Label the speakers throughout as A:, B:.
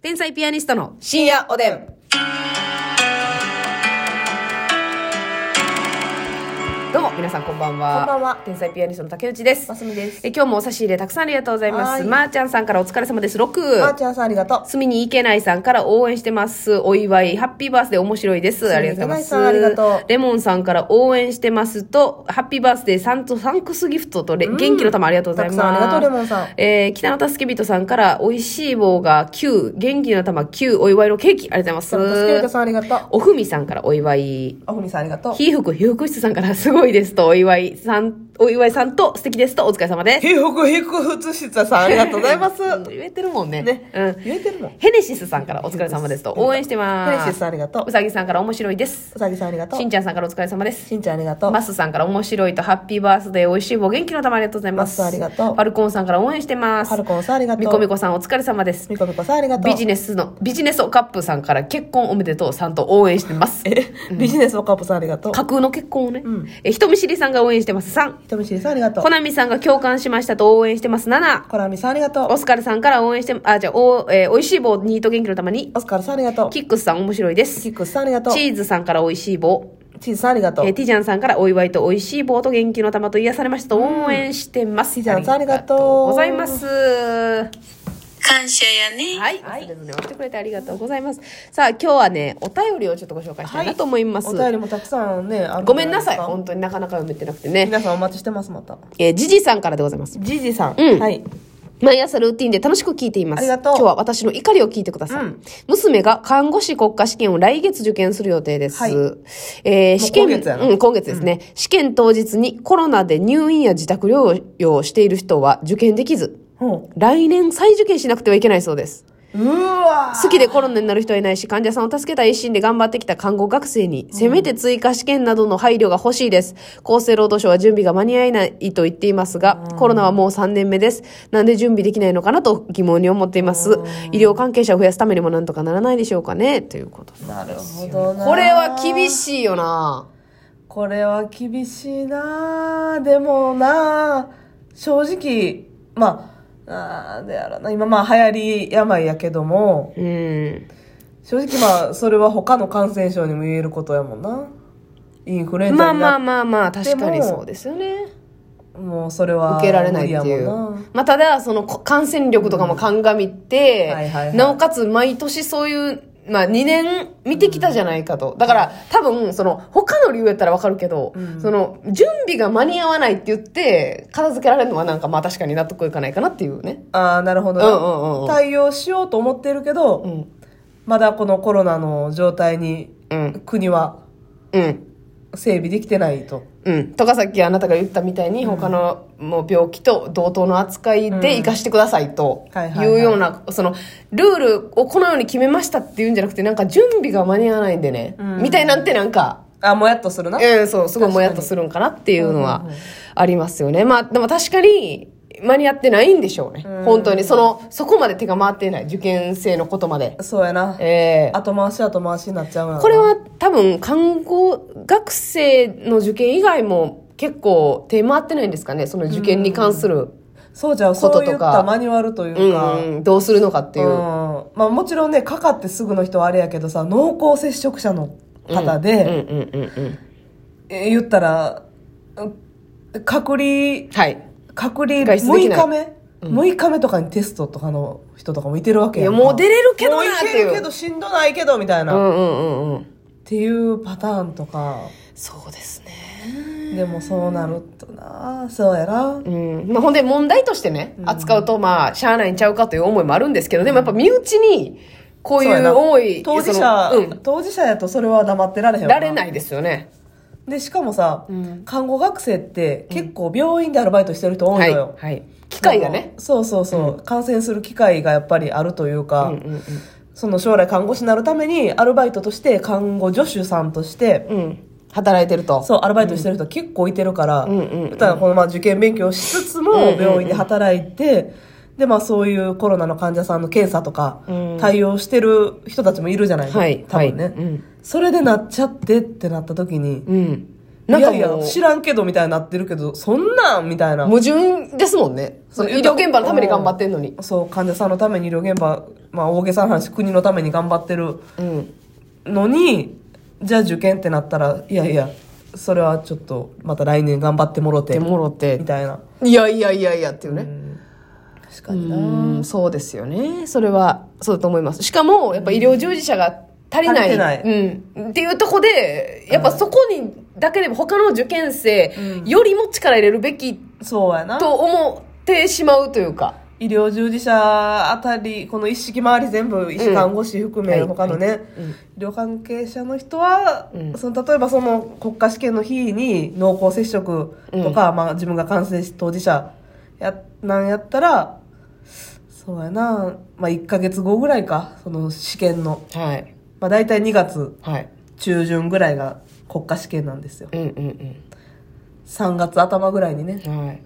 A: 天才ピアニストの
B: 深夜おでん。
A: どうも皆さんこんばんは
B: こんばんは
A: 天才ピアニストの竹内です
B: ますみです。
A: え今日もお差し入れたくさんありがとうございま
B: は
A: す
B: い
A: まー、ちゃんさんからお疲れ様です
B: あー
A: 6
B: ちゃんさんありがとう。
A: 住みに行けないさんから応援してますお祝いハッピーバースデー面白いですありがとうございます
B: 住みに行けないさんありがとう
A: レモンさんから応援してますとハッピーバースデーさんとサンクスギフトとレ元気の玉ありがとうございます
B: たくさんありがとうレモンさん
A: えー北野助人さんから美味しい棒が9元気の玉9お祝いのケーキありがとうござ
B: さん、スケ
A: い
B: ル
A: ま
B: カ
A: す
B: さんありがとう。
A: おふみさんからお祝い
B: あふみさんありがとう。
A: 被服、被服室さんからすごいですと、お祝いさん、お祝いさんと素敵ですと、お疲れ様です。
B: ひふくひくふつしつさんありがとうございます。
A: うん言えてるもんね。
B: ね、
A: うん。
B: 言えてるもん。
A: ヘネシスさんからお疲れ様ですと、応援してます。
B: ヘネシスさんありがとう
A: うさぎさんから面白いです。
B: うさぎさんありがとう
A: しん。ちゃんさんからお疲れ様です。
B: しんちゃんありがとう。
A: マスさんから面白いと、ハッピーバースデー、美味しい棒、元気の玉ありがとうございます。
B: マスありがとう
A: ファルコンさんから応援してます。
B: はるこんさんありがとう。
A: みこみこさん、お疲れ様です。
B: みこみこさんありがとう。
A: ビジネスの、ビジネスオカップさんから結婚おめでとうさんと応援してます。
B: え、ビジネスおかぽさんありがとう。
A: 架空の結婚をね。
B: ん
A: え、人見知りさんが応援してます。3。
B: ひとみしりさんありがとう
A: コ。ナミさんが共感しましたと応援してます。7。
B: コラミさんありがと
A: オ
B: う。
A: スカルさんから応援して、あ、じゃあ、お、えー、美味しい棒、ニート元気の玉に。
B: オスカルさんありがとう。
A: キックスさん面白いです
B: キ。ックスさんありがとう。
A: チーズさんから美味しい棒。
B: チーズさんありがとう
A: えー。ティジャンさんからお祝いと美味しい棒と元気の玉と癒されましたと応援してます。
B: ティジャンさんありがとう
A: ございます。
C: 感謝やね。
A: はい。それぞれ送ってくれてありがとうございます。さあ、今日はね、お便りをちょっとご紹介したいなと思います。
B: お便りもたくさんね、ある
A: ごめんなさい。
B: じゃですか
A: 本当になかなか読めてなくてね。
B: 皆さんお待ちしてます、また。
A: えー、ジジさんからでございます。
B: ジジさん。
A: うん
B: はい。
A: 毎朝ルーティンで楽しく聞いています。
B: ありがとう
A: 今日は私の怒りを聞いてください。
B: うん
A: 娘が看護師国家試験を来月受験する予定です。
B: はい
A: えー
B: もう
A: 試験、
B: 今月やな
A: うん、今月ですね、試験当日にコロナで入院や自宅療養をしている人は受験できず、
B: ほ
A: 来年再受験しなくてはいけないそうです。
B: う。うーわー
A: 好きでコロナになる人はいないし、患者さんを助けたい一心で頑張ってきた看護学生に、せめて追加試験などの配慮が欲しいです。厚生労働省は準備が間に合いないと言っていますが、コロナはもう3年目です。なんで準備できないのかなと疑問に思っています。医療関係者を増やすためにもなんとかならないでしょうかね、ということ。
B: なるほどな
A: これは厳
B: い
A: しいよな
B: これは厳しいなでもな正直まあなんでやろな今まあ流行り病やけども
A: うん。
B: 正直まあそれは他の感染症にも言えることやもんなインフルエン
A: ま
B: ザ
A: あ
B: に
A: まあ
B: な
A: まあまあ、確かに
B: でも
A: そうですよね。
B: もうそれは
A: 受けられないって
B: 無理
A: い
B: や
A: う
B: もんな。
A: まあ、ただ、そのこ感染力とかも鑑みて、
B: うんはいはいはい
A: なおかつ毎年そういう、まあ2年見てきたじゃないかと。だから多分、その他の理由やったらわかるけど、その準備が間に合わないって言って、片付けられるのはなんかまあ確かに納得いかないかなっていうね。
B: ああなるほど
A: うんうんうんうん
B: な対応しようと思ってるけど、
A: ん
B: まだこのコロナの状態に
A: うん。
B: 国は
A: うん。
B: 整備できてないと
A: うん。とかさっきあなたが言ったみたいに、他のもう病気と同等の扱いで生かしてくださいと
B: うんはいはい
A: い
B: はいう
A: ような、その、ルールをこのように決めましたっていうんじゃなくて、なんか準備が間に合わないんでね、
B: うん
A: みたいなんてなんか、
B: あもやっとするな
A: ええそう、すごいもやっとするんかなっていうのはありますよね。まあ、でも確かに、間に合ってないんでしょうね。
B: うん
A: 本当に。その、そこまで手が回っていない。受験生のことまで。
B: そうやな
A: ええ
B: 後回し後回しになっちゃうな
A: これは多分、看護学生の受験以外も結構手回ってないんですかね。その受験に関する、
B: そうじゃん
A: こと
B: そ
A: とか
B: ういったマニュアルといううんか、
A: うんどうするのかっていう。
B: うんまあ、もちろんねかかってすぐの人はあれやけどさ濃厚接触者の方
A: うんうん
B: で、
A: うんうん。
B: え言ったらうん隔離
A: はい。
B: 隔離
A: 外出でき
B: 6
A: ない
B: 日目、6日目とかにテストとかの人とかもいてるわけ
A: い
B: や
A: や、
B: ん
A: もう出れるけどな
B: も
A: っ
B: うい
A: て
B: け
A: いう。
B: るけどしんどないけどみたいうな、っ
A: んうんうんうん。
B: ていうパターンとか
A: そうですね。
B: でもそうなるとなそうやな
A: うんまあ、ほんで問題としてね、扱うとまあしゃあないんちゃうかという思いもあるんですけどでもやっぱ身内にこう
B: そ
A: いう
B: や
A: う
B: な
A: 思い
B: 当
A: そ
B: 事者、
A: のうん
B: 当事者やとそれは黙ってられへんわ
A: られないですよね
B: でしかもさ、
A: ん
B: 看護学生って結構病院でアルバイトしてる人多い
A: は
B: の
A: い、
B: よ、
A: はい、機会がね
B: そうそうそう、感染する機会がやっぱりあるというか、
A: うんうん
B: その将来看護師になるためにアルバイトとして看護助手さんとして、
A: うん、うん、働いてると
B: そうアルバイトしてる人結構いてるから、
A: うんうんうん
B: だからこのまあ受験勉強しつつも
A: うんうんうん
B: 病院で働いて、でまあそういうコロナの患者さんの検査とか
A: うん
B: 対応してる人たちもいるじゃない、
A: はい
B: 多分ね、
A: はいうん
B: それでなっちゃってってなった時に、
A: うんなん
B: い
A: か
B: や
A: もう
B: いや、知らんけどみたいになってるけど、そんなんみたいな。
A: 矛盾ですもんね。その医療現場のために頑張ってんのに。
B: そう、患者さんのために医療現場、まあ大げさな話、国のために頑張ってる
A: うん。
B: のに、じゃあ受験ってなったら、いやいや、それはちょっと、また来年頑張ってもろて、
A: で
B: み
A: もろて、
B: たいな。
A: いやいやいやいやっていうね。
B: 確かに
A: うんそうですよね。それは、そうだと思います。しかも、やっぱ医療従事者が足りな
B: 足
A: い。
B: りてない
A: うん。っていうとこで、やっぱそこにだけでも他の受験生よりも力入れるべき
B: そうやな。
A: と思ってしまうというか。
B: 医療従事者あたり、この一式周り全部、医師看護師含め、
A: うん
B: 他のね、医療関係者の人は、その例えばその国家試験の日に濃厚接触とか、まあ自分が感染し当事者や、なんやったら、そうやな、まあ1ヶ月後ぐらいか、その試験の。
A: はい。
B: まあ大体2月
A: はい。
B: 中旬ぐらいが国家試験なんですよ。
A: うんうん
B: 3月頭ぐらいにね、
A: うん。はい。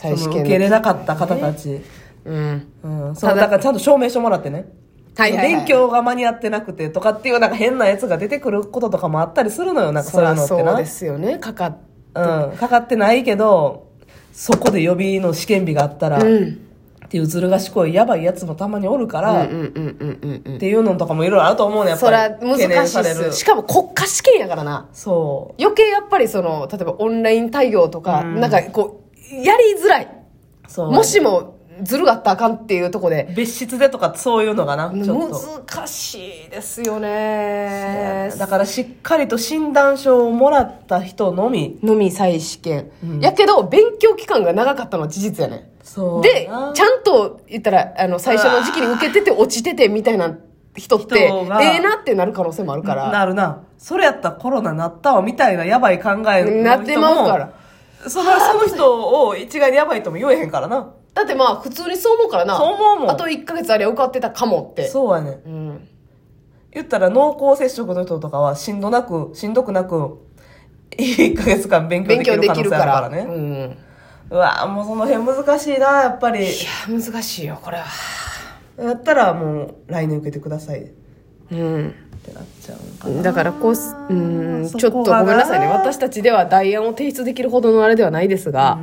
B: その
A: 再試
B: 受け
A: 験
B: 入
A: の。
B: れなかった方たち。
A: うん。
B: うん、そうだからちゃんと証明書もらってね、
A: はいはいはい
B: 勉強が間に合ってなくてとかっていうなんか変なやつが出てくることとかもあったりするのよなんか
A: そ
B: そう
A: り
B: い
A: ゃ
B: うのって
A: そう
B: な
A: ですよね。かかっ
B: うん、かかってないけどそこで予備の試験日があったら、
A: う
B: っ
A: ん。
B: ていうずる賢いやばいやつもたまにおるか
A: う
B: ら、
A: んうんうんうんうん
B: っていうのとかもいろいろあると思うねやっ
A: そりゃ
B: ぱり
A: 難しい
B: 懸
A: っ
B: 念される
A: す。しかも国家試験やからな。
B: そ
A: 余計やっぱりその、例えばオンライン対応とか、なんかこう、やりづらい。
B: うそう
A: もしも、ずるがあったらあかんっていうとこで、
B: 別室でとかそういうのがなちょっと
A: 難しいですよね。
B: だからしっかりと診断書をもらった人のみ
A: のみ再試験。やけど、勉強期間が長かったのは事実やね。
B: そう
A: で
B: やな、
A: ちゃんと言ったら、あの、最初の時期に受けてて落ちててみたいな人って、え
B: 人が
A: えなってなる可能性もあるから。
B: なるな。それやったらコロナなったわみたいなやばい考えの人も
A: なってまうから。
B: そのその人を一概にやばいとも言えへんからな。
A: だってまあ、普通にそう思うからな。
B: そう思うもん
A: あと1ヶ月あれ受かってたかもって。
B: そうやねん。
A: うん。
B: 言ったら濃厚接触の人とかはしんどなく、しんどくなく、1ヶ月間勉強
A: 勉
B: でき
A: 強
B: る
A: で
B: 可能
A: きる
B: 性あ
A: か
B: るから
A: ら。
B: ね。
A: うん。
B: うわもうその辺難しいな、やっぱり。
A: いや、難しいよ、これは。
B: やったらもう来年受けてくださいっ
A: うん。
B: てなっちゃうんか。
A: だからこうす、うん、
B: そ
A: ちょっと
B: こ
A: ご
B: がな
A: めんなさいね。私たちでは代案を提出できるほどのあれではないですが、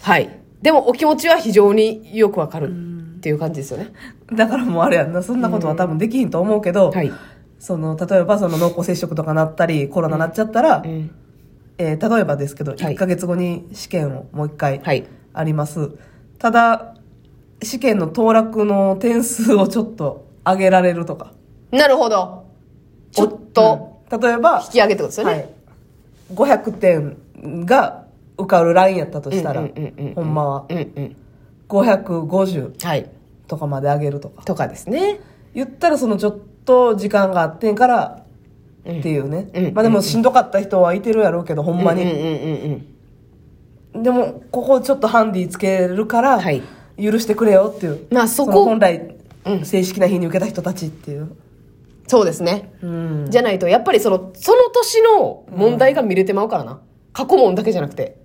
A: はい。でもお気持ちは非常によくわかるっていう感じですよね。
B: だからもうあれやんな、そんなことは多分できひんと思うけど、
A: はい。
B: その、例えばその濃厚接触とかなったり、コロナなっちゃったら、
A: うん。
B: えー例えばですけど、
A: はい
B: 1ヶ月後に試験をもう1
A: は
B: 回
A: い。
B: あります、ただ試験の当落の点数をちょっと上げられるとか
A: なるほど。ちょっと
B: うん例えば
A: 引、き上げってことですよ
B: は
A: ね。
B: い、500点が受かるラインやったとしたら、
A: うんうんうんうん
B: ほんまは
A: うんうん。
B: 550
A: はい。
B: とかまで上げるとか
A: とかですね。
B: 言ったらそのちょっと時間があってんからっていうね、
A: うんうん
B: まあでもしんどかった人はいてるやろうけどほんまに、
A: うんうんうんうん。
B: でもここちょっとハンディつけるから
A: はい
B: 許してくれよっていう、
A: まあそこ
B: の本来
A: うん
B: 正式な日に受けた人たちっていう、
A: そうですね。
B: うん、
A: じゃないと、やっぱりその、その年の問題が見れてまうからな。過去問だけじゃなくて。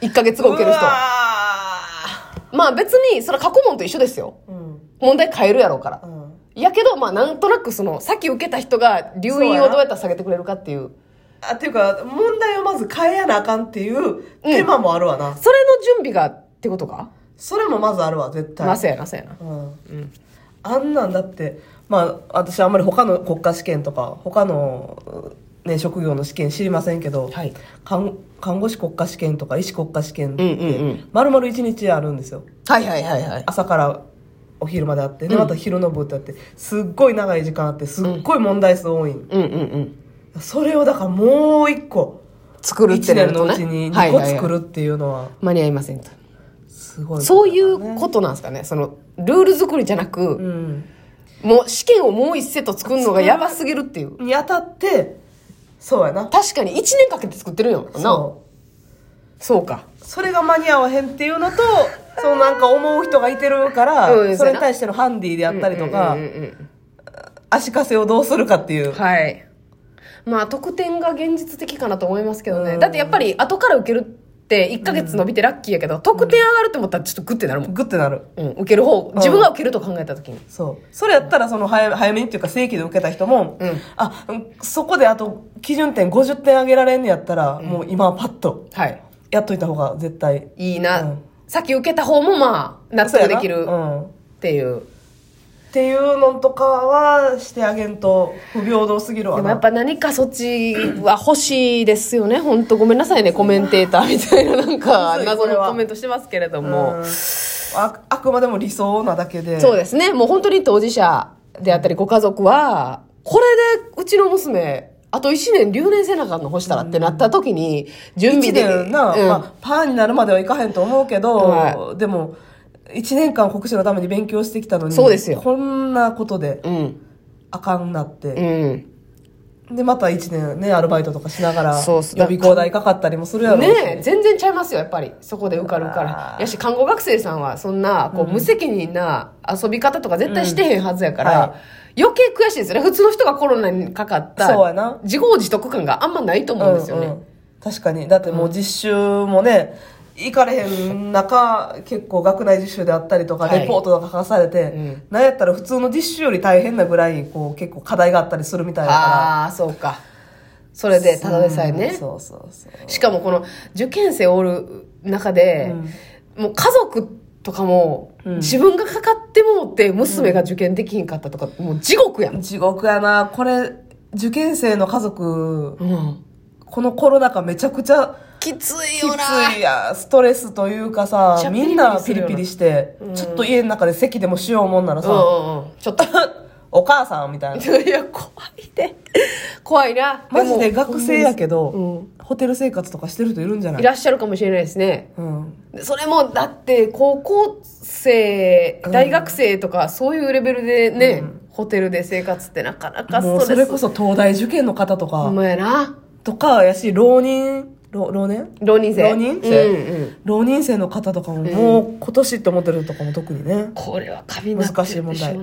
A: 1ヶ月後受ける人
B: うわ
A: は。まあ別に、それは過去問と一緒ですよ。
B: ーうん
A: 問題変えるやろうから
B: う。ん
A: やけど、まあなんとなくその、さっき受けた人が留飲をどうやったら下げてくれるかっていう。
B: あっていうか問題をまず変えやなあかんっていう手間もあるわな、
A: それの準備がってことか、
B: それもまずあるわ絶対
A: まあそうやな、そうやな。
B: うんあんなんだってまあ私あんまり他の国家試験とか他の、ね、職業の試験知りませんけど、
A: はい
B: 看看護師国家試験とか医師国家試験っ
A: うん
B: て
A: うんうん
B: 丸々1日あるんですよ
A: はいはいはいはい。
B: 朝からお昼まであって、でまた昼の部ってあってすっごい長い時間あってすっごい問題数多い、
A: うんうんうん。
B: それをだからもう一個
A: 作るって
B: 1
A: な
B: 年
A: る
B: の
A: と
B: う
A: ね。
B: ち
A: は
B: に2
A: い
B: 個
A: はいはい
B: 作るっていうのは
A: 間に合いませんと。
B: すごい、
A: そういうことなんですかね。その、ルール作りじゃなく、
B: うん
A: もう試験をもう一セット作るのがやばすぎるっていう。
B: にあたってそうやな
A: 確かに1年かけて作ってるんやもんな。
B: そう
A: そうか。
B: それが間に合わへんってい うのとそのなんか思う人がいてるから、
A: うん
B: それに対してのハンディであったりとか、
A: うんうんうん
B: 足かせをどうするかってい
A: う
B: う、
A: んはい。まあ、得点が現実的かなと思いますけどね。
B: うん
A: だってやっぱり後から受けるって1ヶ月伸びてラッキーやけど、得点上がるって思ったらちょっとグッてなるもん。
B: グッてなる。
A: うん、受ける方、自分が受けると考えた時に。
B: そう。それやったら、その早め、早めにっていうか、正規で受けた人も、
A: うん
B: あ、うんそこであと、基準点50点上げられんのやったら、もう今はパッと、
A: はい。
B: やっといた方が絶対。
A: いいな。
B: うん
A: さっき受けた方もまあ、納
B: そうや
A: 得
B: な
A: できる
B: うん。っ
A: っていう。
B: ていうのとかは、してあげんと、不平等すぎるわ
A: でも
B: な。
A: やっぱ何かそっちは欲しいですよね。本当ごめんなさいね、コメンテーターみたいななんか
B: むずい
A: 謎
B: これ
A: の
B: は
A: コメントしてますけれど
B: う
A: も
B: ん。あ、あくまでも理想なだけで。
A: そうですね。もう本当に当事者であったりご家族は、これでうちの娘、あと1年留年せなあかんの干したらってなった時に、準備
B: 一
A: で。
B: 年な、
A: うん
B: まあ、パーになるまではいかへんと思うけど、
A: は
B: でも、一年間国試のために勉強してきたのに、
A: そうですよ
B: こんなことで
A: うん。
B: あかんなって。
A: うん。
B: で、また一年ね、アルバイトとかしながら、
A: そうっす
B: 予備校代かかったりもするやろうし。
A: ねえ全然ちゃいますよやっぱりそこで受かるか
B: あ
A: ら
B: ー
A: やし看護学生さんはそんなこう無責任な遊び方とか絶対してへんはずやから、
B: うんは
A: 余計悔しいですよね普通の人がコロナにかかった
B: そうやな
A: 自業自得感があんまないと思うんですよね、
B: うんうん確かに。だってもう実習もね、行かれへん中、結構学内実習であったりとか、
A: はい
B: レポートとか書かされて、
A: ん
B: なんやったら普通の実習より大変なぐらい、こう結構課題があったりするみたいだか。
A: ああそうからそれでただでさえね、
B: うんそうそうそう。
A: しかもこの受験生おる中で、もう家族とかも、
B: うん
A: 自分がかかってもって娘が受験できひんかったとか、もう地獄やん、
B: 地獄やな。これ、受験生の家族、
A: うん、
B: このコロナ禍めちゃくちゃ
A: きつい
B: き
A: よな
B: ついや、ストレスというか
A: めっ
B: さ
A: ちゃ、ピリピリ
B: みんな
A: す
B: ピ
A: るよ
B: リ
A: な
B: ピリして、ちょっと家の中で席でもしようもんなら
A: うん
B: さ、
A: うんうんちょっと
B: お母さんみたいな。
A: いや怖いで怖いな
B: マジで
A: も
B: 学生やけど、
A: ほんまに
B: ホテル生活とかしてる人いるんじゃないい
A: らっしゃるかもしれないですね
B: うん。
A: それもだって高校生大学生とかそういうレベルでね、ホテルで生活ってなかなかストレ
B: もう
A: ス
B: それこそ東大受験の方と
A: ほ
B: か
A: ん、まやな
B: とかやし、浪人、浪浪年
A: 浪人生
B: 浪人生
A: うんうん
B: 浪人生の方とかも、もう今年って思ってる人とかも特にね。
A: これは神になってるでしょうね